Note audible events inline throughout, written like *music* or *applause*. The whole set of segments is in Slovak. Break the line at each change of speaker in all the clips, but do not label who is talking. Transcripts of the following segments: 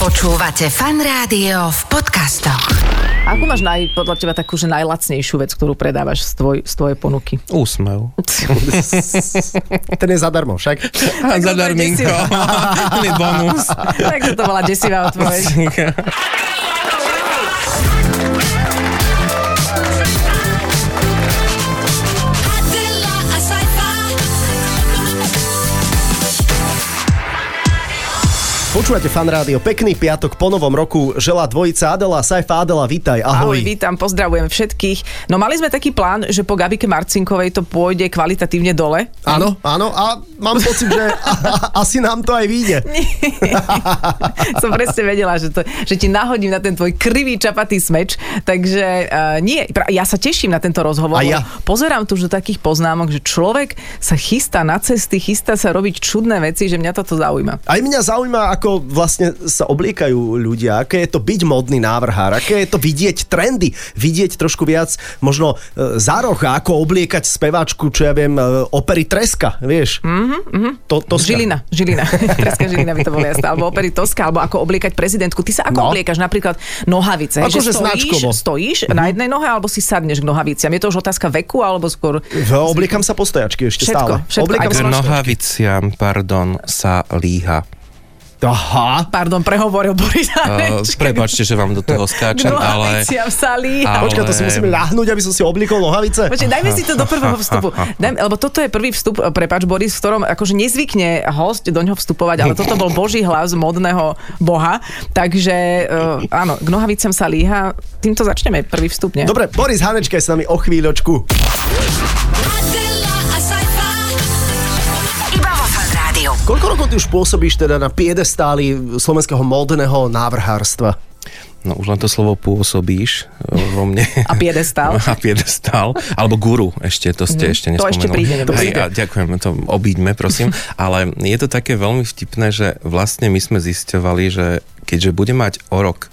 Počúvate fan rádio v podcastoch.
Akú máš naj, podľa teba takú, že najlacnejšiu vec, ktorú predávaš z, tvoj, z tvojej
*laughs*
ponuky?
Úsmev.
Ten je zadarmo, však.
A zadarminko. Ten je bonus.
Takže to bola desivá odpoveď.
Adela Asaifa.
Počúvate fan rádio, pekný piatok po novom roku. Želá dvojica Adela, Saifa Adela, vítaj, *laughs* ahoj.
Ahoj, vítam, pozdravujem všetkých. No mali sme taký plán, že po Gabike Marcinkovej to pôjde kvalitatívne dole. *laughs*
Áno, áno, a mám pocit, že a, a, asi nám to aj vyjde.
Som presne vedela, že, to, že ti nahodím na ten tvoj krivý čapatý smeč. Takže uh, nie, pra- ja sa teším na tento rozhovor.
A ja.
lebo Pozerám tu už do takých poznámok, že človek sa chystá na cesty, chystá sa robiť čudné veci, že mňa toto zaujíma.
Aj mňa zaujíma, ako vlastne sa obliekajú ľudia, aké je to byť modný návrhár, aké je to vidieť trendy, vidieť trošku viac možno e, zárocha, ako obliekať speváčku, čo ja viem, e, opery Treska, vieš. Mm-hmm, to, to
Žilina,
*laughs*
Žilina. Preská Žilina by to bolo jasné. Alebo opery Toska, alebo ako obliekať prezidentku. Ty sa ako no.
No.
obliekaš napríklad nohavice?
Akože
že stojíš,
značkovo. Mhm.
stojíš mm-hmm. na jednej nohe, alebo si sadneš k nohaviciam? Je to už otázka veku, alebo skôr...
Obliekam sa po stojačky ešte
Všetko,
stále.
všetko,
Obliekam
aj
sa...
po-
Nohaviciam, pardon, sa líha.
Aha.
Pardon, prehovoril Boris
Uh,
Hanečka.
prepačte, že vám do toho skáčem, ale...
Nohaviciam sa líha.
Ale-
Počkaj, to si musím ľahnúť, aby som si obliekol nohavice.
Počkej, dajme si to do prvého
*laughs*
vstupu. Dajme, lebo toto je prvý vstup, e, prepáč Boris, v ktorom akože nezvykne host do ňoho vstupovať, ale toto bol Boží hlas modného boha. Takže uh, áno, k nohavicam sa líha. Týmto začneme prvý vstup, nie?
Dobre, Boris Hanečka je s nami o chvíľočku.
Adela Asaifa.
Iba vo fan rádiu.
Koľko rokov ty už pôsobíš teda na piedestáli slovenského módneho návrhárstva?
No už len to slovo pôsobíš e, vo mne.
*laughs* A piedestál.
*laughs* A piedestál. Alebo guru, ešte, to ste ešte
Mhm. To
nespomenuli.
ešte príde, neboj
Hej,
sa.
a ďakujem, to obíďme,
*laughs*
prosím. Ale je to také veľmi vtipné, že vlastne my sme zisťovali, že keďže bude mať o rok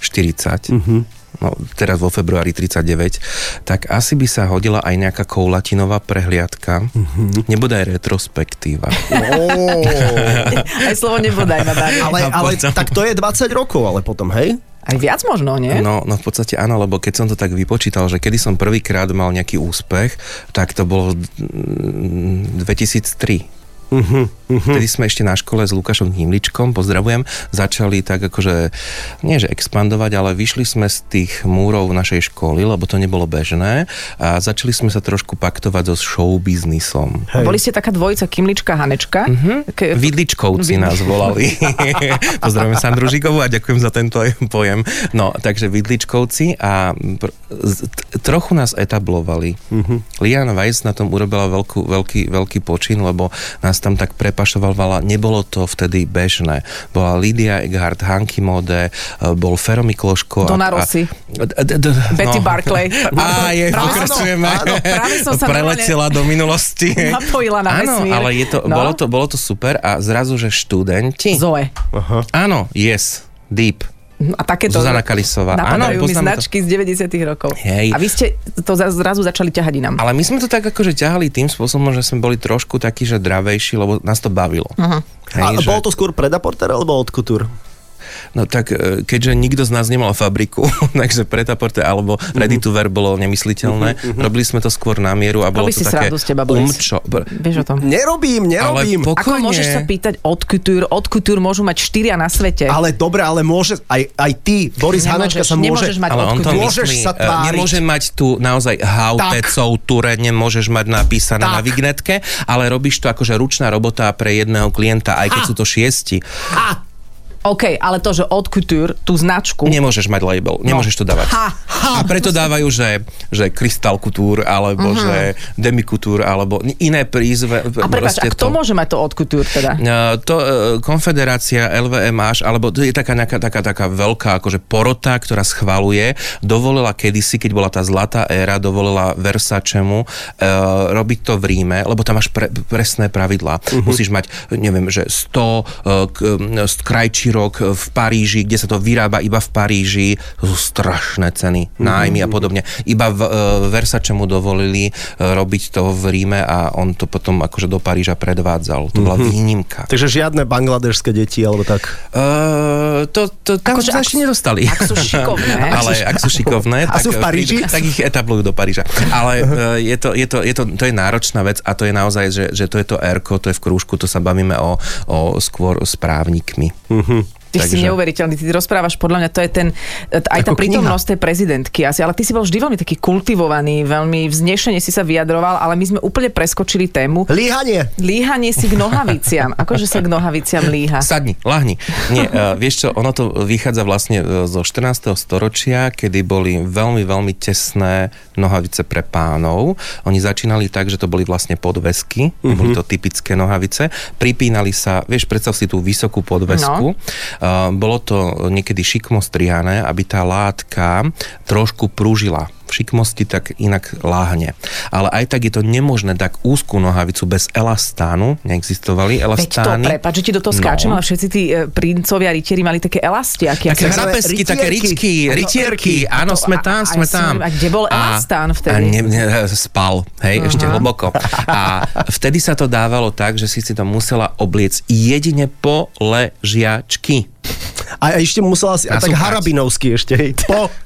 40,
Mhm.
no, teraz vo februári 39, tak asi by sa hodila aj nejaká koulatinová prehliadka,
Mhm.
nebude aj retrospektíva.
*laughs*
Oh,
Aj slovo nebodaj ma dali.
*laughs* ale, ale tak to je 20 rokov, ale potom, hej?
Aj viac možno, nie?
No, no v podstate áno, lebo keď som to tak vypočítal, že kedy som prvýkrát mal nejaký úspech, tak to bolo mm, 2003. Uh-huh, uh-huh. Vtedy sme ešte na škole s Lukášom Himličkom, pozdravujem, začali tak akože, nie že expandovať, ale vyšli sme z tých múrov našej školy, lebo to nebolo bežné a začali sme sa trošku paktovať so showbiznisom.
Hej. Boli ste taká dvojica Kimlička, Hanečka.
Mhm.
Ke-
Vidličkovci nás
*laughs*
volali. Pozdravím Sandru Žigovú a ďakujem za tento pojem. No, takže Vidličkovci a pr- z- t- trochu nás etablovali.
Mhm.
Lian Weiss na tom urobila veľkú, veľký, veľký počin, lebo nás tam tak prepašovala. Nebolo to vtedy bežné. Bola Lydia Eckhardt, Hanky Mode, e, bol Fero Mikloško. a-
Dona
a-
Rossi.
d- d- d-
Betty
no. *laughs*
Barclay.
Á, je,
Práve som-
pokračujeme.
áno, práve som
*laughs*
sa
Preletela do minulosti.
napojila na
Áno,
vesmír.
ale je to,
No.
bolo, to, bolo to super a zrazu, že študenti.
Zoe.
Áno, yes, deep.
No A takéto...
Zuzana Kalisová.
Napadajú
Áno,
mi
poznám to.
značky z 90 rokov. A
Hej.
vy ste to za- zrazu začali ťahať inám.
Ale my sme to tak akože ťahali tým spôsobom, že sme boli trošku takí, že dravejší, lebo nás to bavilo.
Mhm.
Uh-huh.
A bol to skôr predaporter alebo od kultúr?
No tak, e, keďže nikto z nás nemal fabriku, *laughs* takže pretaporte alebo
Mhm.
ready to wear bolo nemysliteľné, robili sme to skôr na mieru a bolo
Robí Mhm, si
to také
srandu z teba, Boris.
umčo. Br-
Vieš o tom?
Nerobím,
Ale
nerobím.
Ako
Ale,
pokojne.
môžeš sa pýtať od kultúr? Od kultúr môžu mať štyria na svete.
ale dobre, ale môže, aj, aj ty, Boris Hanečka sa môže...
Nemôžeš mať
Ale
od
on to
kultúr.
Môžeš
myslí,
sa
e,
tváriť.
nemôže mať tu naozaj hautecov, ture, nemôžeš mať napísané
Tak.
na vignetke, ale robíš to akože ručná robota pre jedného klienta, aj keď sú to šiesti.
OK, ale to, že od kultúr, tú značku...
Nemôžeš mať label, nemôžeš to
No.
dávať.
Ha,
A preto dávajú, že, že Crystal Couture, alebo
Mhm.
uh-huh. že Demi Couture, alebo iné prízve.
A prepáč, a kto môže mať to od kultúr teda?
E, to e, konfederácia LVM až, alebo to je taká, nejaká, taká, taká veľká akože porota, ktorá schvaluje, dovolila kedysi, keď bola tá zlatá éra, dovolila Versacemu e, robiť to v Ríme, lebo tam máš pre, presné pravidlá. Uh-huh. Musíš mať, neviem, že 100 e, k, e, krajčí rok v Paríži, kde sa to vyrába iba v Paríži. To sú strašné ceny, nájmy a podobne. Iba v, e, Versace mu dovolili e, robiť to v Ríme a on to potom akože do Paríža predvádzal. To bola výnimka.
Takže žiadne bangladežské deti, alebo tak.
Uh, to, to tam
Akože
akože,
ak
ešte
sú-
nedostali.
ak sú šikovné.
*laughs* Ale ak sú šikovné.
A sú v Paríži?
Tak, tak ich etablujú do Paríža. Ale uh, je to, je to, je to, to je náročná vec a to je naozaj, že, že to je to r to je v krúžku, to sa bavíme o, o skôr s právnikmi.
Mhm. Ty si
Takže-
neuveriteľný, ty rozprávaš, podľa mňa to je ten, t- aj tá
Ako kniha.
prítomnosť tej prezidentky asi, ale ty si bol vždy veľmi taký kultivovaný, veľmi vznešene si sa vyjadroval, ale my sme úplne preskočili tému.
Líhanie.
Líhanie si k
*laughs*
nohaviciam. Akože sa k nohaviciam líha?
Sadni, lahni. Nie, uh, vieš čo, ono to vychádza vlastne eh, zo 14. storočia, kedy boli veľmi, veľmi tesné nohavice pre pánov. Oni začínali tak, že to boli vlastne podvesky, uh-huh. boli to typické nohavice. Pripínali sa, vieš, predstav si tú vysokú podvesku. No. Bolo to niekedy šikmo strihané, aby tá látka trošku prúžila v šikmosti, tak inak láhne. Ale aj tak je to nemožné tak úzkú nohavicu bez elastánu,
Veď
neexistovali
to,
elastány.
prepáč, že ti do toho
No.
skáčem, ale všetci tí e, princovia, rytieri mali také elastiaky. Ako-
Také
sa-
zápesky,
rytierky.
také ričky,
A to-
rytierky,
a
No,
áno,
to-
sme
a-
tam,
a
sme
ja som-
tam.
a kde bol
A-
elastán vtedy?
A ne, ne, spal, hej, ešte hlboko. A vtedy sa to dávalo tak, že si si to musela obliec jedine po ležiačky.
A ešte musela si... A
Na
tak
súkrať.
harabinovský ešte, hej.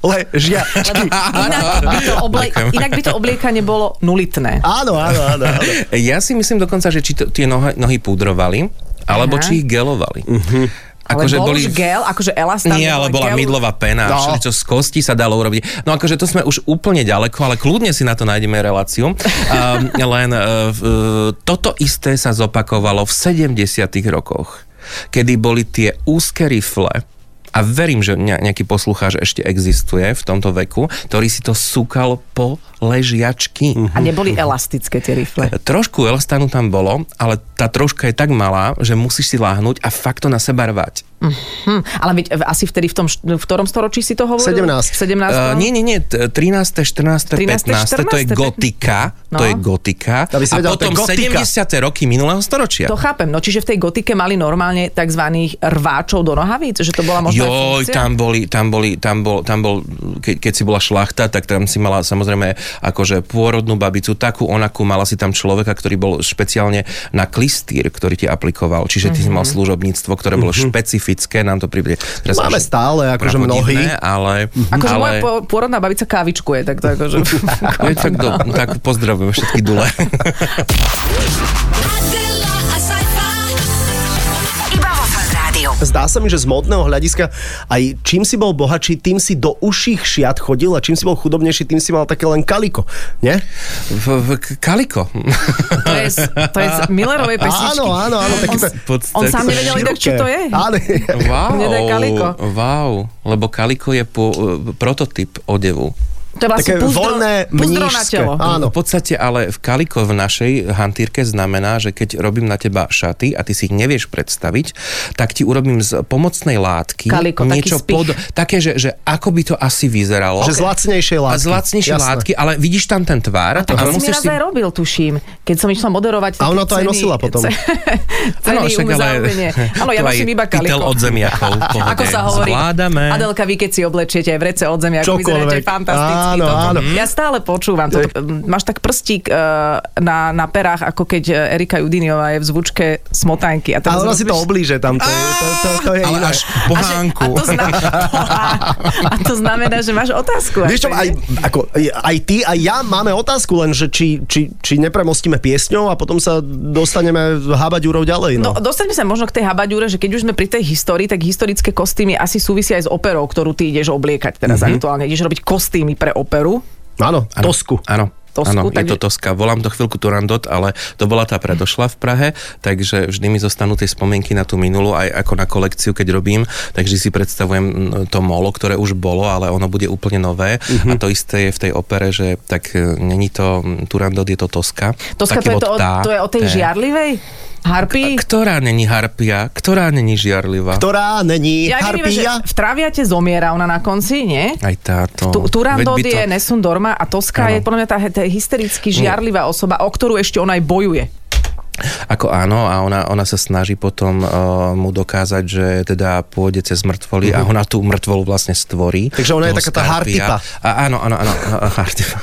Poležiačky.
*laughs*
Inak by, to oblie- inak by to obliekanie bolo nulitné.
Áno, áno, áno. áno.
Ja si myslím dokonca, že či to, tie nohy, nohy pudrovali, alebo
Aha.
či ich gelovali.
Mhm. Ale
Akože
bol
boli...
už gel, akože elastán.
Nie, ale bola
gel-
mydlová pena,
No.
no. všeličo z kosti sa dalo urobiť. No akože to sme už úplne ďaleko, ale kľudne si na to nájdeme reláciu. *laughs* Um, len uh, v- uh, toto isté sa zopakovalo v 70 rokoch, kedy boli tie úzke rifle, a verím, že ne- nejaký poslucháč ešte existuje v tomto veku, ktorý si to súkal po ležiačky.
A neboli elastické tie
*laughs*
rifle.
Trošku elastanu tam bolo, ale tá troška je tak malá, že musíš si láhnuť a fakt to na seba rvať.
Hm, ale veď e, asi vtedy v tom, št- v ktorom storočí si to hovoril?
17.
17.
Uh, nie, nie, nie, t- 13., 14.,
13.,
15., to je
14.,
gotika,
No.
to je gotika.
Aby si
a
vedel, to je
potom
gotika.
70. roky minulého storočia.
To chápem, no čiže v tej gotike mali normálne tzv. rváčov do nohavíc, že to bola možno aj
Joj,
funkcia?
tam boli, tam boli, tam bol, tam bol ke, keď si bola šlachta, tak tam si mala samozrejme akože pôrodnú babicu, takú onakú, mala si tam človeka, ktorý bol špeciálne na klistýr, ktorý ti aplikoval, čiže ty si mal
Mhm.
služobníctvo, ktoré bolo špecifické, nám to príde. teraz
Mhm. Máme
až
stále akože
pravodivné,
mnohy.
Ale,
Akože
ale...
moja po- pôrodná babica kávičkuje, tak to akože...
*laughs* Je, *laughs* tak, do, tak pozdravujem všetky
*laughs*
dule.
Adela, a
Iba vo Fan Rádiu.
Zdá sa mi, že z modného hľadiska aj čím si bol bohatší, tým si do uších šiat chodil a čím si bol chudobnejší, tým si mal také len kaliko, nie?
V, v k-
*laughs*
kaliko.
To je, z- to je z Millerovej pesničky.
Áno, áno, áno, také to...
On sám nevedel inak, čo to je.
Áno,
Wow,
Mne daj kaliko.
wow, lebo kaliko je po, e, prototyp odevu.
To je vlastne
také
púzdro,
voľné,
púzdro na
mnížské.
telo.
Áno.
V podstate ale v kaliko v našej hantírke znamená, že keď robím na teba šaty a ty si ich nevieš predstaviť, tak ti urobím z pomocnej látky
Kaliko, taký
niečo
spich.
také, že, že ako by to asi vyzeralo.
že z lacnejšej
a
látky.
z lacnejšie
Jasné.
látky, ale vidíš tam ten tvár
Tak to si mi raz aj robil, tuším, keď som išla moderovať. také
A ona to aj
*laughs* ceny-
nosila potom.
ce- Ceny
však
um za umenie. Áno, ja
to aj
nosím iba kaliko.
pytel od zemiakov.
*laughs* Ako
pohode.
sa hovorí,
Zvládame.
Adelka, vy keď si oblečiete aj vrece od zemi, ako
Čokoľvek.
vyzeráte fantasticky.
Áno,
toto.
áno.
Ja stále počúvam toto. Mm, Máš tak prstík e, na, na perách, ako keď e, Erika Judiniová je v zvučke smotanky. A
A
teraz
ona si to
rozumíš-
oblíže tam, to je, to, to, to je
Ale
iné.
až
A že-
pohánku.
A to, zna- *laughs* a to znamená, že máš otázku.
Vieš čo, aj,
nie?
ako, aj ty, aj ja máme otázku, len že či, či, či nepremostíme piesňou a potom sa dostaneme hábať úrov ďalej.
No,
No.
dostaňme sa možno k tej habaďúre, že keď už sme pri tej histórii, tak historické kostýmy asi súvisia aj s operou, ktorú ty ideš obliekať teraz
Mhm.
mm-hmm. aktuálne. Ideš robiť kostýmy pre operu.
Áno, tosku.
Áno.
Tosku,
áno, je
takže-
to Toska. Volám to chvíľku Turandot, ale to bola tá predošla v Prahe, takže vždy mi zostanú tie spomienky na tú minulú, aj ako na kolekciu, keď robím, takže si predstavujem mm, to molo, ktoré už bolo, ale ono bude úplne nové.
Mhm.
A to isté je v tej opere, že tak e, není to mm, Turandot, je to Toska.
Toska, to je,
Taký bod
to, o,
tá,
to je o tej
té.
žiarlivej harpy.
Ktorá není harpia, ktorá není žiarlivá.
Ktorá není
Ja neviem, že
harpia.
v traviate zomiera ona na konci, nie?
Aj táto.
Tu, Turandot
No, Veď by
je Nessun Dorma a Toska
Áno.
je podľa mňa tá, tá hystericky žiarlivá osoba, o ktorú ešte ona aj bojuje.
Ako áno, a ona, ona sa snaží potom uh, mu dokázať, že teda pôjde cez mŕtvoly a ona tú mŕtvolu vlastne stvorí.
Mhm. Takže ona je
Toho
taká tá
Skarpia.
hartipa.
A, áno, áno, áno, *laughs* a- hartipa.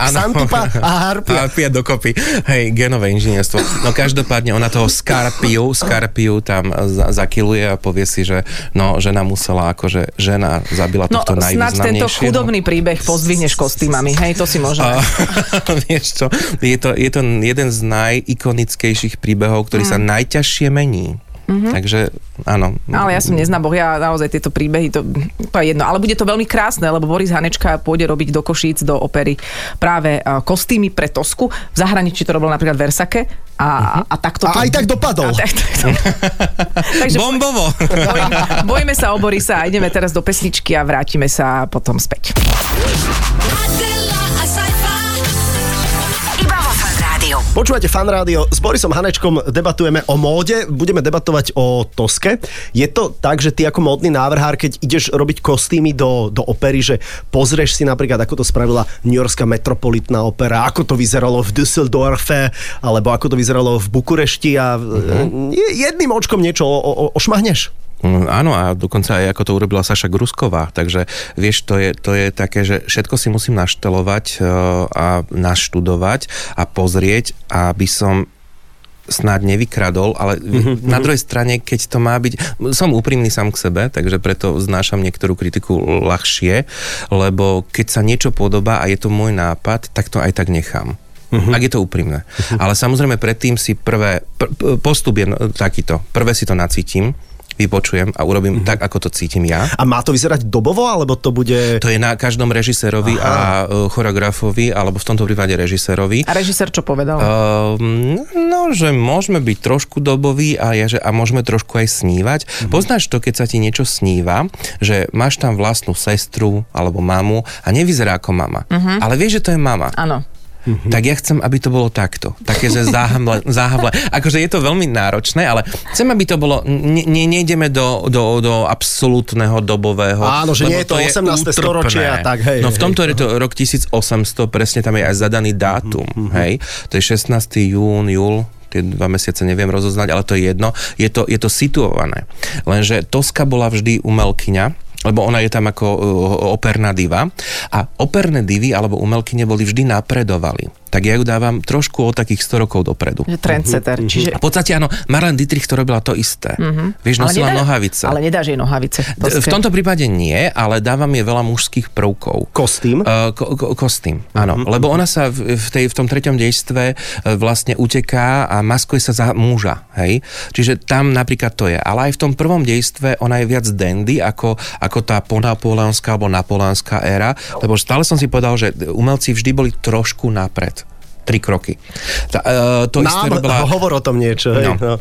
Áno.
Santupa a Harpia.
Harpia dokopy. Hej, genové inžinierstvo. No každopádne ona toho Skarpiu, Skarpiu tam za, zakiluje a povie si, že no, žena musela, akože žena zabila
No,
no. tohto
snáď tento
najvýznamnejšieho.
chudobný
*laughs*
príbeh pozdvihneš kostýmami, hej, to si
A,
možno.
*laughs* vieš čo, je to, je to jeden z najikonickejších príbehov, ktorý mm. sa najťažšie mení. Mm-hmm. Takže áno.
Mhm. Ale ja som nezná boh, ja naozaj tieto príbehy, to, to je jedno. Ale bude to veľmi krásne, lebo Boris Hanečka pôjde robiť do Košíc, do opery práve eh, kostýmy pre Tosku. V zahraničí to robil napríklad Versake a, a takto to...
A aj tak dopadol.
A tak, tak, tak. Takže *laughs*
Bombovo!
bojíme, bojíme sa o Borisa a ideme teraz do pesničky a vrátime sa potom späť.
Adela, a sci-fi.
Iba vo Fan Rádiu.
Počúvate fan rádio, s Borisom Hanečkom debatujeme o móde, budeme debatovať o Toske. Je to tak, že ty ako módny návrhár, keď ideš robiť kostýmy do, do opery, že pozrieš si napríklad, ako to spravila New Yorkská metropolitná opera, ako to vyzeralo v Düsseldorfe, alebo ako to vyzeralo v Bukurešti a
Mhm.
mm-hmm. jedným očkom niečo o, o, ošmahneš.
Mm, Áno, a dokonca aj ako to urobila Saša Grusková. Takže vieš, to je, to je také, že všetko si musím naštelovať e, a naštudovať a pozrieť, aby som snáď nevykradol, ale mm-hmm. na druhej strane, keď to má byť... Som úprimný sám k sebe, takže preto znášam niektorú kritiku ľahšie, lebo keď sa niečo podobá a je to môj nápad, tak to aj tak nechám. Uh-huh. Ak je to úprimné. Uh-huh. Ale samozrejme predtým si prvé... Pr- pr- postup je no- takýto. Prvé si to nacítim, vypočujem a urobím uh-huh. tak, ako to cítim ja.
A má to vyzerať dobovo, alebo to bude...
To je na každom režisérovi Aha. a e, choreografovi, alebo v tomto prípade režisérovi.
A režisér čo povedal?
Ehm, no, že môžeme byť trošku doboví a, ja, že, a môžeme trošku aj snívať.
Mhm.
Mm-hmm. Poznáš to, keď sa ti niečo sníva, že máš tam vlastnú sestru alebo mamu a nevyzerá ako mama. Mm-hmm.
Mhm.
Ale vieš, že to je mama.
Áno.
Mm-hmm. Tak ja chcem, aby to bolo takto. Také, že záhamle,
*laughs*
záhamle. Akože je to veľmi náročné, ale chcem, aby to bolo... Ne, ne, nejdeme do, do, do absolútneho dobového.
Áno, že nie
lebo
je to 18. storočie
útrpné.
a tak, hej,
No v
hej,
tomto je to rok 1800, presne tam je aj zadaný dátum, hej. To je 16. jún, júl, tie dva mesiace neviem rozoznať, ale to je jedno. Je to, je to situované. Lenže Toska bola vždy umelkyňa, lebo ona je tam ako uh, operná diva. A operné divy alebo umelkyne boli vždy napredovali. Tak ja ju dávam trošku o takých 100 rokov dopredu.
Že trendsetter. Čiže,
Mhm. A v podstate áno, Marlene Dietrich to robila to isté. Mm-hmm. Vieš, nosila
nedá-
nohavice.
Ale nedáš jej nohavice. To
V
ste-
tomto prípade nie, ale dávam jej veľa mužských prvkov.
Kostým?
Uh, ko- ko- kostým,
Mhm,
áno. Mm-hmm. Lebo ona sa v, v, tej, v tom treťom dejstve eh, vlastne uteká a maskuje sa za muža, hej? Čiže tam napríklad to je. Ale aj v tom prvom dejstve ona je viac dandy ako, ako tá ponapoleonská alebo napoleonská éra, lebo stále som si povedal, že umelci vždy boli trošku napred. Tri kroky. Tá, uh, to isté
Nám,
robila...
hovor o tom niečo. Hej, no.
No.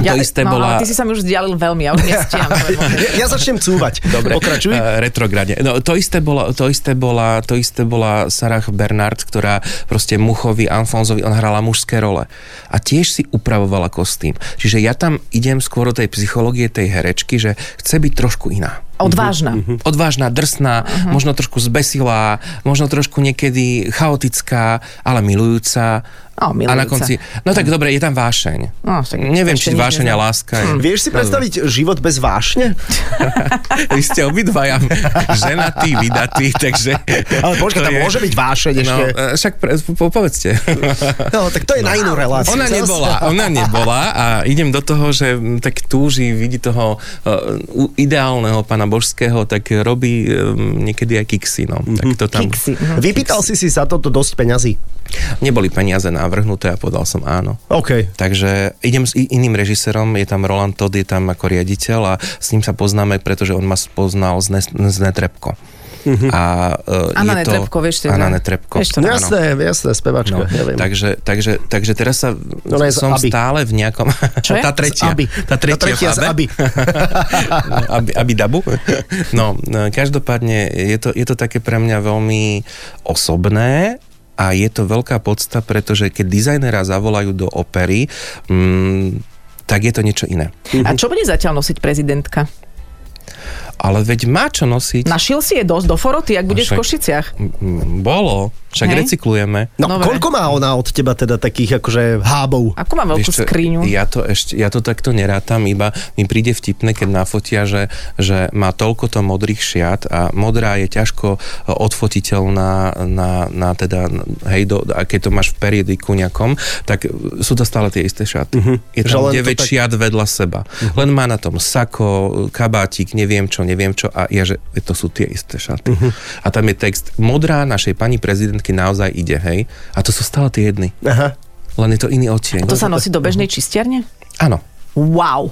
To isté
no,
bola...
Ale ty si sa mi už vzdialil veľmi, ja už
*laughs*
nestiam.
Ja, ja začnem cúvať.
Dobre,
Pokračuj.
eh, retrograde. No, to isté bola, to isté bola, to isté bola Sarah Bernard, ktorá proste Muchovi, Alfonzovi, on hrala mužské role. A tiež si upravovala kostým. Čiže ja tam idem skôr do tej psychológie tej herečky, že chce byť trošku iná.
Odvážna.
Odvážna, drsná,
Mhm.
uh-huh. možno trošku zbesilá, možno trošku niekedy chaotická, ale milujúca.
Á, milujúca. Mhm.
A na konci... No tak dobre, je tam vášeň.
No, tak
Neviem,
ešte
či
nič
vášeň a
neznám.
láska. je.
Vieš si predstaviť život bez vášne?
Vy ste obidvaja ženatí, vydatí, takže...
Ale počkaj,
to
tam
je-
môže byť vášeň
No,
ešte.
e, však pre, po,
*laughs*
povedzte.
No, tak to je na inú reláciu.
Ona
Zas-
nebola, ona nebola a idem do toho, že m, tak túži, vidí toho e, u- ideálneho pana božského, tak robí e, niekedy aj kiksy, no. Tak to tam...
Kiksy. Mhm.
*laughs* Vypýtal si si za toto dosť peňazí.
Neboli peniaze navrhnuté a podal som áno.
OK.
Takže idem s i- iným režisérom, je tam Roland Todd, je tam ako riaditeľ a s ním sa poznáme, pretože on ma spoznal z, ne, z Netrebko.
Mhm.
Uh-huh. A, uh,
Anna Netrebko, vieš, to je
Anna
tá-
Netrebko.
vieš to,
áno.
Jasné, jasné, spevačka. ja viem.
No, takže, takže, takže teraz sa,
No, ne, z
som
Aby.
stále v nejakom... *laughs*
Čo je?
Tá tretia.
Z Aby.
Tá tretia,
Tá tretia
v
z Aby.
*laughs* aby, aby dabu. No, e, každopádne je to, je to také pre mňa veľmi osobné a je to veľká podsta, pretože keď dizajnera zavolajú do opery, mm, tak je to niečo iné.
A čo bude zatiaľ nosiť prezidentka?
Ale veď má čo nosiť.
Našiel si je dosť do foroty, ak budeš v
však-
Košiciach.
M- m, Bolo. Však
Hej.
recyklujeme.
No,
Dobre.
koľko má ona od teba teda takých akože hábov?
Ako má veľkú
Vieš čo,
skriňu?
Ja to, ešte, ja to takto nerátam, iba mi príde vtipné, keď nafotia, že, že má toľko to modrých šiat a modrá je ťažko e, odfotiteľná na, na teda, hej, do, a keď to máš v periodiku nejakom, tak sú to stále tie isté šaty. Uh-huh. Je
Mhm. Že
tam
len to
9
tak- Mhm.
šiat vedľa seba. Uh-huh. Len má na tom sako, kabátik, neviem čo, neviem čo a ja, že to sú tie isté šaty.
Mhm.
Uh-huh. A tam je text, modrá našej pani prezidentky naozaj ide, hej. A to sú stále tie jedny.
Aha.
Len je to iný odtieň.
To sa nosí do bežnej čistiarne?
Áno.
Wow.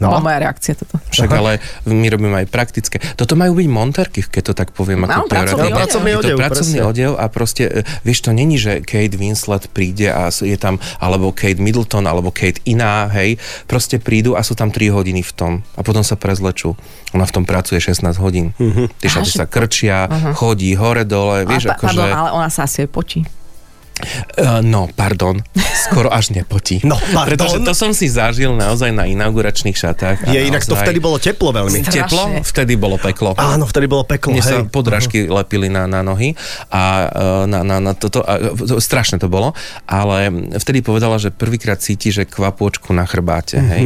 No.
No. Bola moja reakcia toto.
Však ale my robíme aj praktické. Toto majú byť monterky, keď to tak poviem.
Áno,
Ako
pracovný odev.
teoreticky.
Pracovný
Je to
odev,
pracovný
presne.
odev a proste, e, vieš, to není, že Kate Winslet príde a sú- je tam, alebo Kate Middleton, alebo Kate iná, hej. Proste prídu a sú tam 3 hodiny v tom a potom sa prezlečú. Ona v tom pracuje 16 hodín. Uh-huh.
Mhm.
Tie šaty
že-
sa krčia, uh-huh. chodí hore, dole, vieš,
a, pa-
akože...
Pardon, ale ona sa asi aj počí.
Uh, no, pardon, skoro až nepotí.
No, pardon.
Pretože to som si zažil naozaj na inauguračných šatách. a
Je inak to
naozaj-
vtedy bolo teplo veľmi.
Strašne.
Teplo? Vtedy bolo peklo.
Áno, vtedy bolo peklo,
Mne sa
hej. Mhm.
podrážky lepili na, na nohy a e, na, na, na toto, a, to, strašne to bolo, ale vtedy povedala, že prvýkrát cíti, že kvapôčku na chrbáte,
Mhm.
hej.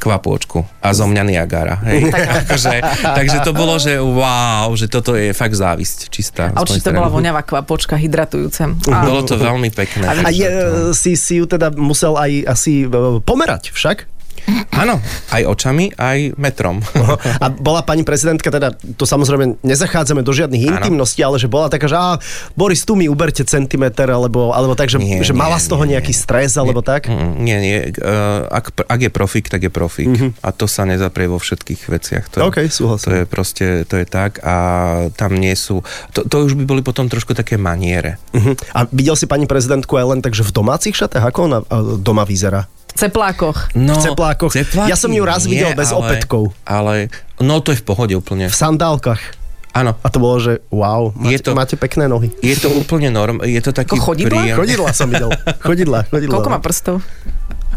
Kvapôčku a zo mňa Niagara,
*laughs*
hej. *laughs* Takže, takže to bolo, že wow, že toto je fakt závisť čistá. z
A určite
mojej
to bola
strany.
voňavá kvapôčka, hydratujúca.
Bolo to veľmi pekné.
A-
A
takže
je, e,
to-
si, si ju teda musel aj asi e, pomerať však?
Áno, aj očami, aj
*laughs*
metrom.
A bola pani prezidentka, teda to samozrejme nezachádzame do žiadnych
Áno.
intimností, ale že bola taká, že á, Boris, tu mi uberte centimeter, alebo, alebo tak, že,
Nie,
že
nie,
mala z toho
nie,
nejaký
nie.
stres, alebo tak?
Mm, Nie, nie. k- e, Ak, ak je profík, tak je profík. Mm-hmm. A to sa nezaprie vo všetkých veciach. To je,
Mhm. OK, súhlasím.
To je proste, to je tak a tam nie sú... To, to už by boli potom trošku také maniere.
Mhm. A videl si pani prezidentku aj len takže v domácich šatách? Ako ona e, doma vyzerá?
V ceplákoch.
No,
ceplákoch. Ja som ju raz videl bez opätkov.
Ale, no to je v pohode úplne.
V sandálkach.
Áno.
A to bolo, že wow, máte,
Je to-
máte pekné nohy.
Je to úplne norm, je to taký
Ako chodidlá?
príjem.
Chodidla som videl. Chodidla, chodidla.
Koľko má prstov?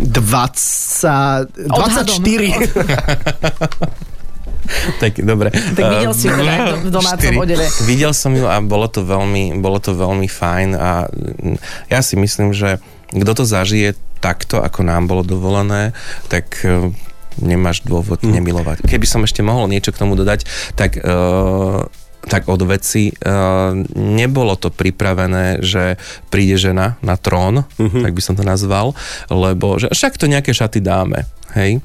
20,
Odhadom.
24.
*laughs* Tak, dobre. Ehm,
Tak videl si ju teda aj v domácom
Štyri.
odeve.
Videl som ju a bolo to veľmi, bolo to veľmi fajn a mm, ja si myslím, že kto to zažije takto, ako nám bolo dovolené, tak e, nemáš dôvod nemilovať. Keby som ešte mohol niečo k tomu dodať, tak e, tak od veci. E, nebolo to pripravené, že príde žena na trón, tak by som to nazval, lebo že však to nejaké šaty dáme, hej?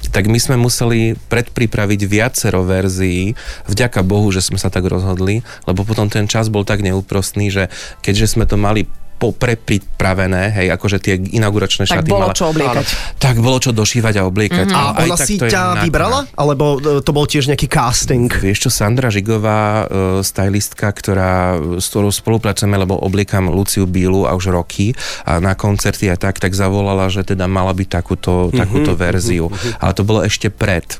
Tak my sme museli predpripraviť viacero verzií, vďaka Bohu, že sme sa tak rozhodli, lebo potom ten čas bol tak neúprostný, že keďže sme to mali poprepripravené, hej, akože tie inauguračné
Tak
šaty
bolo
mala,
čo obliekať. Mhm.
Áno, tak bolo čo došívať a obliekať.
A
aj
ona
tak
si
to je
ťa
nádhera.
vybrala? Alebo e, to bol tiež nejaký casting?
Vieš čo, Sandra Žigová, e, stylistka, ktorá, s ktorou spolupracujeme, lebo obliekam Luciu Bílu a už roky a na koncerty a tak, tak zavolala, že teda mala byť takúto, takúto verziu. Ale to bolo ešte pred.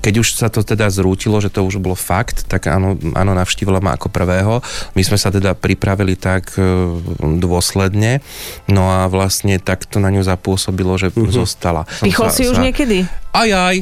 Keď už sa to teda zrútilo, že to už bolo fakt, tak áno, áno navštívila ma ako prvého. My sme sa teda pripravili tak e, dôsledne, no a vlastne tak to na ňu zapôsobilo, že zostala.
Pichol
Sa-
si ju už
sa-
niekedy?
Aj, aj.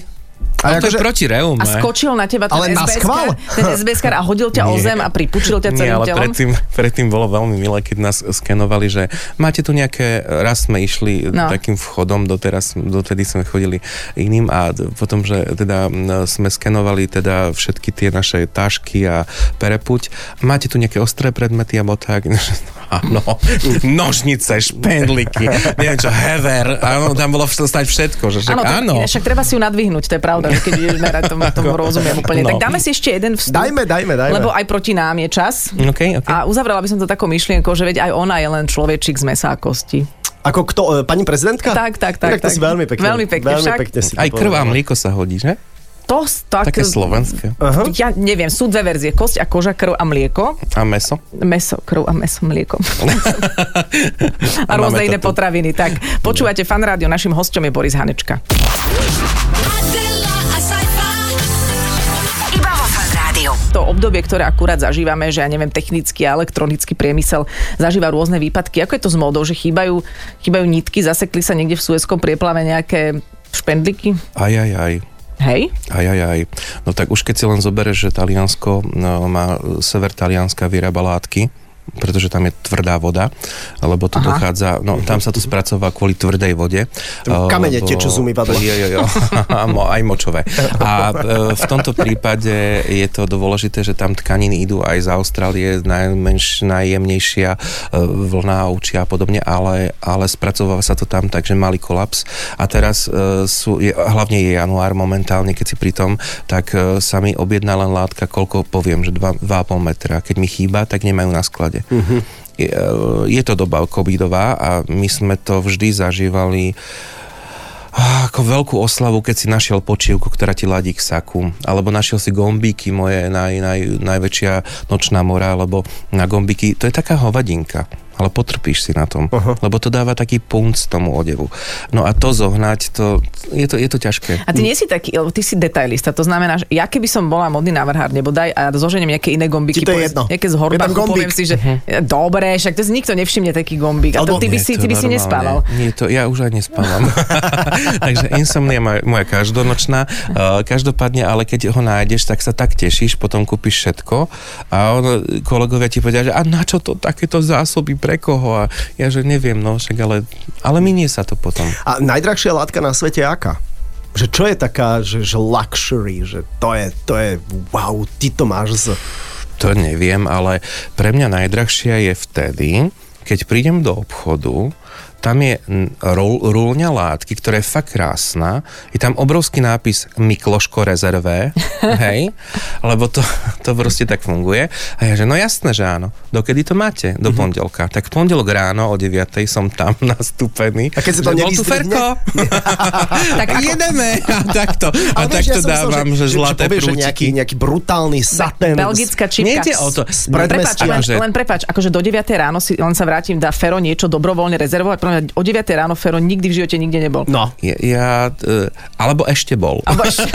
Ale
Ale to
akože-
je proti reume.
A skočil na teba ten
Ale na
SBS-kar,
schvál?
ten SBS-kar a hodil ťa o
Nie.
zem a pripučil ťa
Nie,
celým
ale
telom?
predtým, predtým bolo veľmi milé, keď nás skenovali, že máte tu nejaké, raz sme išli
No.
no. takým vchodom, doteraz, dotedy sme chodili iným a d- potom, že teda m, sme skenovali teda všetky tie naše tašky a perepuť. Máte tu nejaké ostré predmety alebo tak? *laughs* Áno, nožnice, špendliky, neviem čo, hever, áno, tam bolo vš- stať všetko, že však,
Áno, tak,
áno.
však treba si ju nadvihnúť, to je pravda, že keď ideš merať, tomu, tomu rozumiem úplne.
No.
Tak dáme si ešte jeden vstup,
Dajme, dajme, dajme.
lebo aj proti nám je čas.
Okay, okay.
A uzavrela by som to takou myšlienkou, že veď aj ona je len človečik z mesa a kosti.
Ako kto? e, Pani prezidentka?
Tak, tak, tak,
Inak to
tak.
si veľmi pekne.
Veľmi pekne
veľmi
však.
pekne si to
Aj krv a
povedala.
mlieko sa hodí, že?
To, s- tak,
Také slovenské.
Aha.
Ja neviem, sú dve verzie, kosť a koža, krv a mlieko.
A meso?
Meso, krv a meso,
*laughs*
mlieko. a
máme
rôzne
to
iné
tu.
potraviny. Tak, počúvate fan rádio, našim hosťom je Boris Hanečka.
Adela, a cypher.
Iba vo Fan Rádiu.
to obdobie, ktoré akurát zažívame, že ja neviem, technický a elektronický priemysel zažíva rôzne výpadky. Ako je to s módou, že chýbajú, chýbajú nitky, zasekli sa niekde v Suezkom prieplave nejaké špendliky?
Aj, aj, aj.
Hej?
Aj, aj, aj. No tak už keď si len zoberieš, že Taliansko no, má, sever Talianska vyrába látky, pretože tam je tvrdá voda, lebo to Aha. dochádza, no tam sa to spracová kvôli tvrdej vode.
Tam kamene
lebo-
tečú z umývadla.
Jo, jo, jo. Mo- aj močové. A e, v tomto prípade je to dôležité, že tam tkaniny idú aj z Austrálie, najmenš, najjemnejšia e, vlna ovčia a podobne, ale, ale spracováva sa to tam, takže malý kolaps. A teraz e, sú, je, hlavne je január momentálne, keď si pri tom, tak e, sa mi objedná len látka, koľko poviem, že dva- 2,5 metra. Keď mi chýba, tak nemajú na sklade. Je, e, je to doba covidová a my sme to vždy zažívali Ah, ako veľkú oslavu, keď si našiel počievku, ktorá ti ladí k saku. Alebo našiel si gombíky, moje naj, naj, najväčšia nočná mora, lebo na gombíky, to je taká hovadinka ale potrpíš si na tom, Aha. lebo to dáva taký punc tomu odevu. No a to zohnať, to, je, to, je to ťažké.
A ty
Mm.
nie si taký, lebo ty si detailista, to znamená, že ja keby som bola modný návrhár, nebo daj a zoženiem nejaké iné gombiky,
Ti to je
poviem-
jedno.
nejaké z
Je tam
horbachu,
gombík. Mhm.
poviem si, že uh-huh. dobre, však to si nikto nevšimne taký gombík. A to
Alebo-
ty by
Nie,
si,
to
ty by si
normálne.
nespával.
Nie, to ja už aj
*laughs*
nespávam. Takže insomnia je moja každonočná. Uh, Každopádne, ale keď ho nájdeš, tak sa tak tešíš, potom kúpiš všetko a on, kolegovia ti povedia, že a na čo to takéto zásoby, pre koho? A ja, že neviem, no však, ale, ale minie sa to potom.
A najdrahšia látka na svete je aká? Že čo je taká, že, že luxury, že to je, to je, wow, ty to máš z...
To neviem, ale pre mňa najdrahšia je vtedy, keď prídem do obchodu, tam je mm, rul, rulňa látky, ktorá je fakt krásna. Je tam obrovský nápis Mikloško rezervé, hej? Lebo to, to proste tak funguje. A ja, že no jasné, že áno. Dokedy to máte? Do pondelka. Tak v pondelok ráno o 9.00 som tam *laughs* nastúpený.
A keď sa to
Že, "Bol tu
nevystriedne?" *laughs*
Ferko? tak jedeme. A takto, a
Ale
takto
vieš, ja som myslel,
dávam, že,
či
zlaté
povieš, že
prútiky.
nejaký, nejaký brutálny satén.
Belgická čipka.
Nejde o to.
Z
Prepač,
predmestia.
len,
Akože-
len prepač, akože do 9 ráno si len sa vrátim, dá Fero niečo dobrovoľne rezervovať, pre mňa o 9 ráno Fero nikdy v živote nikde nebol.
No,
Ja, ja e, alebo ešte bol.
Alebo
*laughs*
ešte-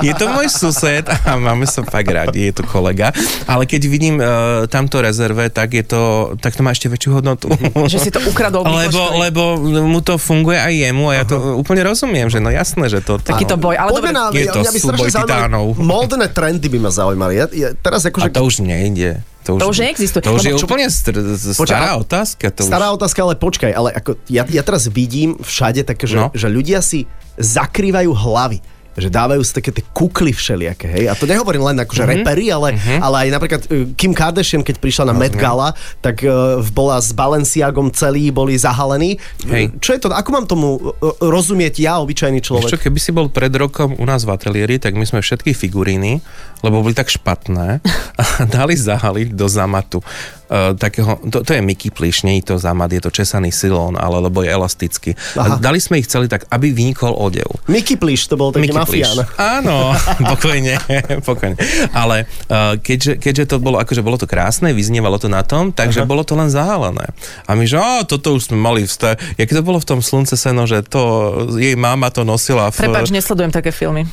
je to môj sused a máme sa fakt radi, je to kolega. Ale keď vidím e, tamto rezerve, tak je to, tak to má ešte väčšiu hodnotu.
*laughs* že si to ukradol
lebo,
Mikloškovi.
lebo mu to funguje aj jemu a ja to úplne rozumiem, že no jasné, že to...
Takýto boj, ale dobre,
Poďme na,
je
mňa-
to
mňa by
súboj
strašne zaujímali-
titánov.
Módne trendy by ma zaujímali. Ja, ja,
A
teraz akože...
to už nejde. To už,
To už neexistuje.
To už
Lebo
je
čo-
úplne str- stará
ale-
otázka. To
Stará
už...
otázka, ale počkaj, ale ako, ja, ja teraz vidím všade také, že,
No.
že ľudia si zakrývajú hlavy že dávajú si také tie kukly všelijaké, hej. A to nehovorím len
Mhm.
akože mm-hmm. repery, ale, mm-hmm. ale aj napríklad uh, Kim Kardashian, keď prišla na Met Gala, tak uh, bola s Balenciagom celý, boli zahalení.
Hej.
Čo je to? Ako mám tomu uh, rozumieť ja, obyčajný
Vieš čo,
človek?
keby si bol pred rokom u nás v ateliéri, tak my sme všetky figuríny, lebo boli tak špatné, *laughs* a dali zahaliť do zamatu. Uh, takého, to, to je Mickey Pliš, nie je to zamat, je to česaný silón, ale lebo je elastický. A
Aha.
dali sme ich celý tak, aby vynikol odev.
Mickey Pliš, to bol taký
Mickey Pliš.
mafián.
Áno, *laughs* pokojne, pokojne. Ale uh, keďže, keďže to bolo, akože bolo to krásne, vyznievalo to na tom, takže Aha. bolo to len zahalené. A my, že á, toto už sme mali vsta... Jak to bolo v tom slunce seno, že to, jej máma to nosila v...
Prepač, nesledujem také filmy.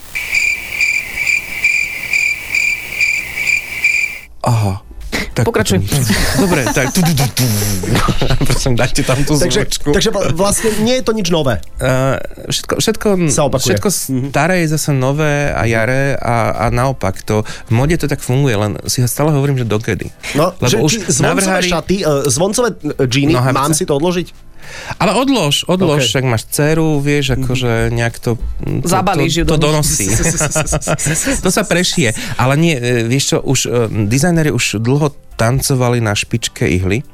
Aha. Tak
Pokračuj. *laughs*
potom- Dobre, tak... Tu, tu, tu, *laughs* tu. Prosím, dajte tam tú
Takže,
zvučku.
takže vlastne nie je to nič nové.
Uh, všetko, všetko,
Sa opakuje. Mhm.
všetko staré je zase nové a jaré a, a naopak to v mode to tak funguje, len si stále hovorím, že dokedy.
No,
Lebo
že
už
či- zvoncové
navrhári-
šaty, eh, zvoncové eh, džíny,
Nohavice.
mám si to odložiť?
Ale odlož, odlož,
Ok. Mhm.
okay. však máš dceru, vieš, akože nejak to... to
Zabalíš ju
to, to
do-
donosí.
*laughs*
to sa prešie. Ale nie, e, vieš čo, už e, dizajneri už dlho tancovali na špičke ihly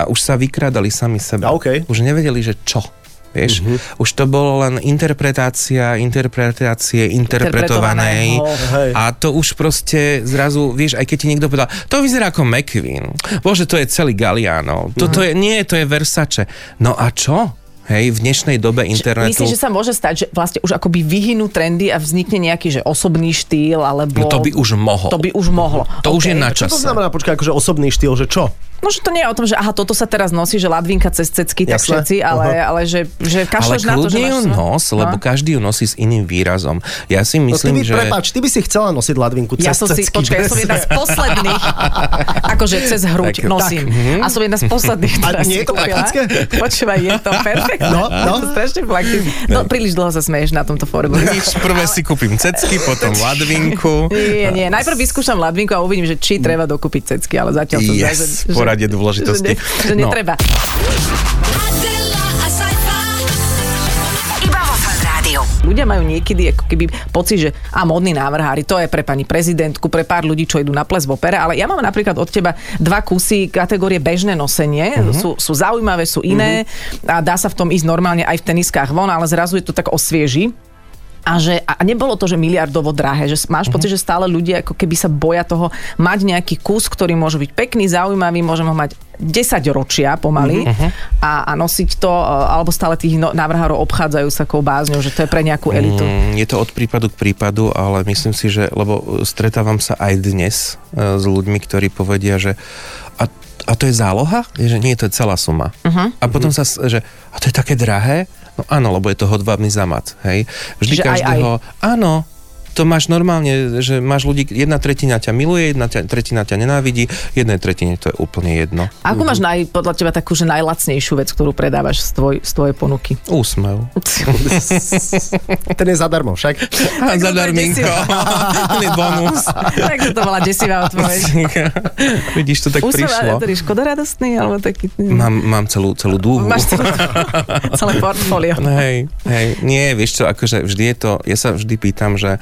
a už sa vykrádali sami seba.
A ok.
Už nevedeli, že čo. Vieš, mm-hmm. už to bolo len interpretácia, interpretácie interpretovanej.
Interpretovaného, hej.
A to už proste zrazu, vieš, aj keď ti niekto povedal, to vyzerá ako McQueen. Bože, to je celý Galliano. Toto je, nie, to je Versace. No a čo? Hej, v dnešnej dobe internetu...
Myslím, že sa môže stať, že vlastne už akoby vyhynú trendy a vznikne nejaký že osobný štýl, alebo...
No to by už mohol.
To by už mohlo.
To už je na
Čo to
čase.
znamená, počkaj, akože osobný štýl, že čo?
No, že to nie je o tom, že aha, toto sa teraz nosí, že ladvinka cez cecky, tak
Jasné.
všetci, ale, ale že, že
Ale
kašleš na to, že
kľudne ju
máš...
nos, lebo
No.
každý ju nosí s iným výrazom. Ja si
No, ty by,
myslím, že...
Prepáč, ty by si chcela nosiť ladvinku cez
Ja som si,
cecký
počkaj, ja
dres.
som jedna z posledných, akože cez hruď
Tak,
nosím. A som jedna z posledných,
Mhm. A
ktorá
nie
si
je to
kúpila.
praktické?
Počúvaj, je to perfektné.
No, no.
To strašne plakty. No, príliš dlho sa smeješ na tomto fóre. Boris.
Nič, prvé si kúpim cecky,
*laughs*
potom ladvinku.
Nie, nie. Najprv vyskúšam ladvinku a uvidím, že či treba dokúpiť cecky, ale zatiaľ to zdá, že...
Yes, v porade
Že,
dôležitosti.
ne, že
No.
netreba.
Adela, a
Iba vo fan rádiu.
Ľudia majú niekedy ako keby pocit, že a modní návrhári, to je pre pani prezidentku, pre pár ľudí, čo idú na ples v opere, ale ja mám napríklad od teba dva kusy kategórie bežné nosenie, uh-huh. sú, sú zaujímavé, sú iné uh-huh. a dá sa v tom ísť normálne aj v teniskách von, ale zrazu je to tak osvieži. A, že, a nebolo to, že miliardovo drahé, že máš
Mhm.
pocit, že stále ľudia ako keby sa boja toho mať nejaký kus, ktorý môže byť pekný, zaujímavý, môžem ho mať 10 ročia pomaly
Mhm,
a, a nosiť to, e, alebo stále tých no, návrhárov obchádzajú sa takou bázňou, že to je pre nejakú elitu.
Mm, je to od prípadu k prípadu, ale myslím si, že, lebo e, stretávam sa aj dnes e, s ľuďmi, ktorí povedia, že a, a to je záloha? Je, Že nie, to je celá suma.
Mhm.
Uh-huh. A potom sa, s- že a to je také drahé? No áno, lebo je to hodvábny zamat, hej? Vždy
Že aj,
každého, áno, to máš normálne, že máš ľudí, jedna tretina ťa miluje, jedna ťa, tretina ťa nenávidí, jednej tretine to je úplne jedno.
Ako máš naj, podľa teba takú, že najlacnejšiu vec, ktorú predávaš z, tvoj, z tvojej
*laughs*
ponuky?
Úsmev.
*laughs* Ten je zadarmo, však.
A
to je
zadarminko. *laughs* Je
*laughs*
bonus.
Takže to bola desivá odpoveď.
Vidíš, to tak prišlo.
Úsmev, ktorý škodoradostný, alebo taký...
Mám, mám celú, celú dúhu.
Mm. Máš
*laughs*
celé, celé portfólio.
Hej, hej, nie, vieš čo, akože vždy je to, ja sa vždy pýtam, že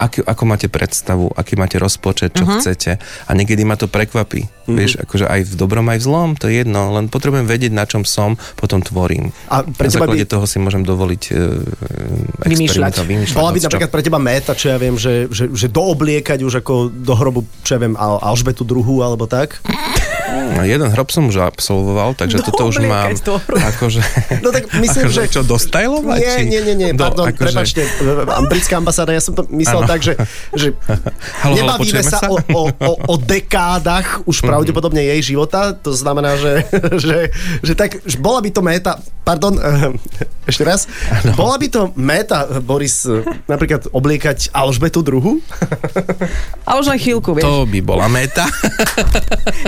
aký, ako máte predstavu, aký máte rozpočet,
Mhm.
čo uh-huh. chcete a niekedy ma to prekvapí,
Mhm.
uh-huh. vieš, akože aj v dobrom, aj v zlom, to je jedno, len potrebujem vedieť, na čom som, potom tvorím.
A pre
na
teba by-
základe toho si môžem dovoliť uh,
Vymýšľať.
vymýšľať. No
Bola by
hocičo.
napríklad pre teba méta, čo ja viem, že, že, že doobliekať už ako do hrobu, čo ja viem, Al- Alžbetu druhú alebo tak?
No, jeden hrob som už absolvoval, takže toto už mám,
Doobliekať to.
akože...
No tak myslím,
akože,
že-
Čo, dostajlovať?
Nie, nie, nie, nie, pardon,
akože
prepačte, britská ambasáda, ja som to myslel
No, Áno.
tak, že, že
*laughs* Halo, halo,
nebavíme
počujeme
sa,
sa? Mhm.
O, o, o, o dekádach už pravdepodobne jej života, to znamená, že, *laughs* že, že tak, že bola by to méta, pardon, *laughs* eh, ešte raz, bola by to méta, Boris, eh, napríklad obliekať Alžbetu druhu?
Ale už len chvíľku, vieš.
To by bola meta.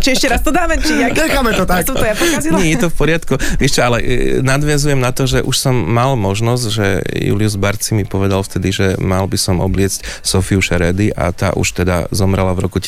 Či ešte raz to dáme, či
*laughs*
jak?
Necháme to
Ja
tak.
som to ja pokazila?
Nie, je No to v poriadku. Vieš čo, ale e, nadviazujem na to, že už som mal možnosť, že Julius Barci mi povedal vtedy, že mal by som obliecť Sofiu Šeredy a tá už teda zomrela v roku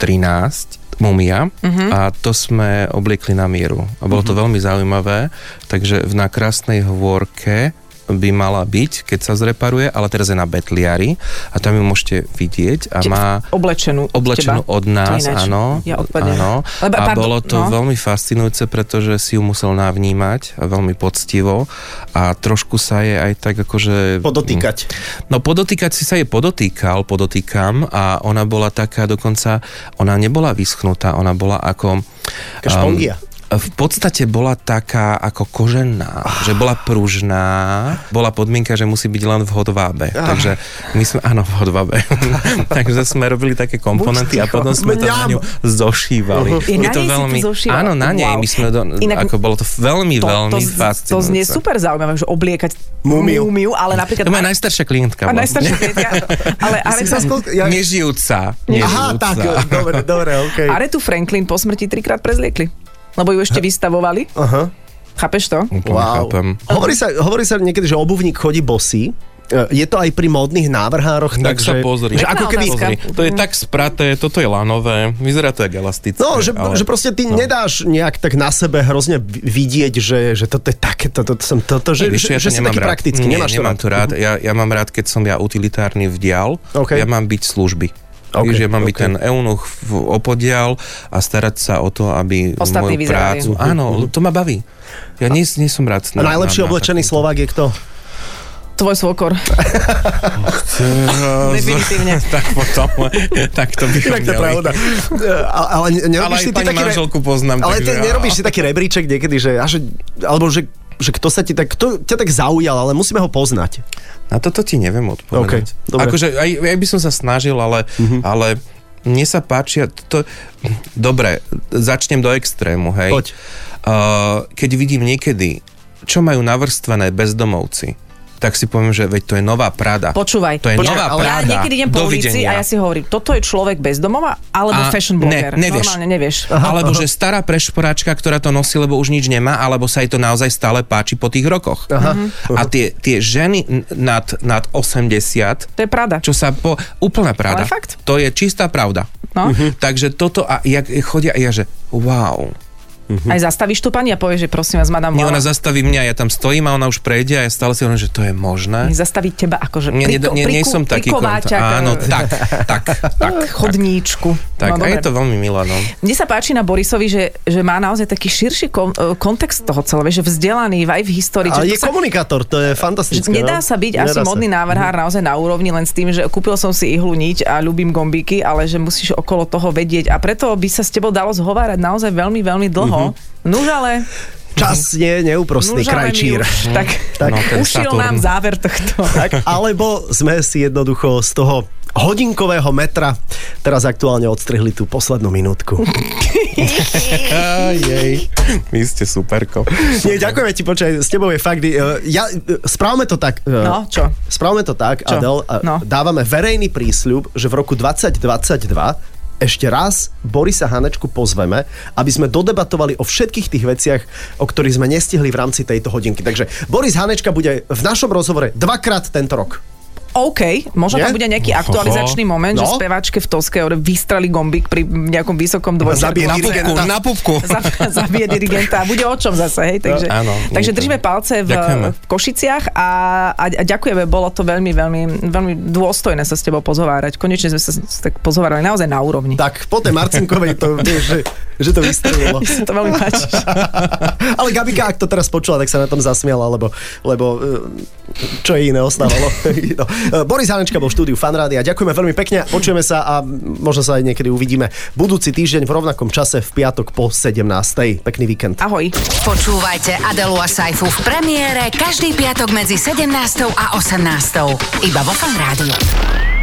1713 mumia uh-huh. a to sme obliekli na mieru. A bolo uh-huh. to veľmi zaujímavé, takže v na krásnej hvorke by mala byť, keď sa zreparuje, ale teraz je na Betliari a tam ju môžete vidieť a
Či-
má
Oblečenú. od
oblečenú
teba.
od
To
nás,
ináč.
áno.
Ja odpadnem.
áno.
Lebo-
a
pardon,
bolo to
no.
veľmi fascinujúce, pretože si ju musel navnímať a veľmi poctivo a trošku sa je aj tak akože...
Podotýkať.
No podotýkať si sa jej podotýkal, podotýkam a ona bola taká dokonca, ona nebola vyschnutá, ona bola ako... um,
Taká špongia.
v podstate bola taká ako kožená, že bola pružná, bola podmienka, že musí byť len v hodvábe. Takže my sme, áno, v
*laughs*
hodvábe. Takže sme robili také komponenty a potom sme to na ňu
Uhuh.
zošívali.
Je na nej si to zošívala?
Áno, na nej.
Wow.
My sme do,
Inak-
ako bolo to veľmi, veľmi
to, to znie
fascinujúce.
super zaujímavé, že obliekať
Múmiu.
múmiu ale napríklad...
To moja najstaršia
a
klientka. vlastne. bola.
najstaršie dieťa.
*laughs*
Ale, ale
si sa skol- ja-
Nežijúca.
Aha,
Nežijúca.
tak, e, dobre, dobre, okej.
Aretu Franklin po smrti trikrát prezliekli. Lebo ju
*laughs*
ešte vystavovali.
Aha.
Chápeš to?
Úplne chápem.
Hovorí sa, hovorí sa niekedy, že obuvník chodí bosý. E, Je to aj pri módnych návrhároch,
Tak
takže...
sa pozri.
Že ako
Pekná
keby...
otázka.
Pozri, to je tak spraté, toto je lanové, vyzerá to jak elastické.
No, že,
ale...
že proste ty
no.
nedáš nejak tak na sebe hrozne vi- vidieť, že, že toto je také, toto, toto, som toto, že,
Vieš čo,
že,
ja
že
to
si
nemám
taký
rád.
praktický,
Nie,
nemáš
nemám to
to rád.
rád. Ja, ja mám rád, keď som ja utilitárny vdial.
OK.
Ja mám byť služby.
OK,
Okay, Víš, ja mám okay. byť
OK.
ten eunuch v opodial a starať sa o to, aby
Ostatní
moju
vyzerali.
prácu... Áno, to ma baví. Ja nie, nie som rád.
Mhm. A
na-
najlepší
na
oblečený
takúto.
Slovák je kto?
Tvoj svokor. Definitívne.
*laughs* tak potom, tak to by
Inak to je pravda. E, a- Ale, ne-
Ale
nerobíš
aj
si ty
pani
taký... re-
manželku poznám.
Ale ty
takže-
nerobíš si taký rebríček niekedy, že... A že alebo že, že kto sa ti tak... Kto ťa tak zaujal, ale musíme ho poznať.
Na toto ti neviem odpovedať.
OK, dobre. Mhm.
akože aj, aj by som sa snažil, ale, ale mne sa páčia... To, dobre, začnem do extrému, hej.
Poď.
Uh, keď vidím niekedy, čo majú navrstvené bezdomovci, tak si poviem, že veď to je nová Prada.
Počúvaj,
To je
počúvaj,
nová
ale ja
Prada.
niekedy idem po ulici
Dovidenia.
a ja si hovorím, toto je človek bez domova alebo
A
fashion blogger.
ne, nevieš.
Normálne
*laughs*
nevieš.
Alebo že stará prešporáčka, ktorá to nosí, lebo už nič nemá, alebo sa jej to naozaj stále páči po tých rokoch. Aha.
Mhm.
A tie, tie ženy n- nad, nad 80,
To je pravda.
čo sa po... Úplná
Ale
pravda.
fakt.
To je čistá pravda.
No.
Takže toto, a jak chodia, a ja že wow.
Aj zastavíš tú pani a povieš, že prosím vás, madam,
Mhm. Nie,
Wala,
ona zastaví mňa, ja tam stojím a ona už prejde a ja stále si hovorím, že to je možné.
nezastaví teba akože
Nie, nie,
priko-
nie, nie
priku-
som taký
priková
kont-
ťa k-
Áno, tak, tak, tak.
k chodníčku.
Tak,
no,
a je
dobre.
to veľmi milé, no.
Mne sa páči na Borisovi, že, že má naozaj taký širší kon, e, kontext toho celého, že vzdelaný aj v histórii.
Ale
že
je
to sa,
komunikátor, to je
že
fantastické.
nedá
no.
sa byť
Nedá
asi
sa. Mhm.
modný návrhár naozaj na úrovni len s tým, že kúpil som si ihlu niť a ľúbim gombíky, ale že musíš okolo toho vedieť a preto by sa s tebou dalo zhovárať naozaj veľmi, veľmi dlho.
Mhm.
Mm-hmm. Nuž ale,
Čas je neúprostný,
nuž ale my
krajčír.
už, tak,
Tak.
tak
No, ten
ušiel
Saturn.
nám záver tohto.
Tak, alebo sme si jednoducho z toho hodinkového metra teraz aktuálne odstrihli tú poslednú
*laughs*
minútku.
Aj, jej. Vy ste superko.
Nie, ďakujeme ti, počkaj, s tebou je fakt, eh, ja, eh, správame to tak. eh,
No, čo?
Správame to tak,
Čo?
Adel, a
No.
dávame verejný prísľub, že v roku 2022 ešte raz Borisa Hanečku pozveme, aby sme dodebatovali o všetkých tých veciach, o ktorých sme nestihli v rámci tejto hodinky. Takže Boris Hanečka bude v našom rozhovore dvakrát tento rok.
OK, možno
Nie?
tam bude nejaký aktualizačný moment, že
No.
spevačke v Toske vystrali gombík pri nejakom vysokom dvojčerku.
Zabije
Na pupku,
dirigenta.
na pupku.
*laughs*
No,
Zab- zabije dirigenta. A Bude o čom zase, hej? Takže,
Áno, je
takže
to-
držíme palce v,
Ďakujeme.
v Košiciach a, a, a ďakujeme, bolo to veľmi, veľmi, veľmi dôstojné sa s tebou pozhovárať. Konečne sme sa s- tak pozhovárali naozaj na úrovni.
Tak po tej Marcinkovej to vieš, že, že to vystrelilo.
Mne sa *laughs* to veľmi páči.
Ale Gabika, ak to teraz počula, tak sa na tom zasmiala, lebo, lebo eh, čo jej iné ostávalo. *laughs* no. Eh, Boris Hanečka bol v štúdiu Fanrády a ďakujeme veľmi pekne. Počujeme sa a možno sa aj niekedy uvidíme budúci týždeň v rovnakom čase v piatok po 17. Pekný víkend.
Ahoj.
Počúvajte Adelu a Saifu v premiére každý piatok medzi 17. a 18. Iba vo Fan Rádiu.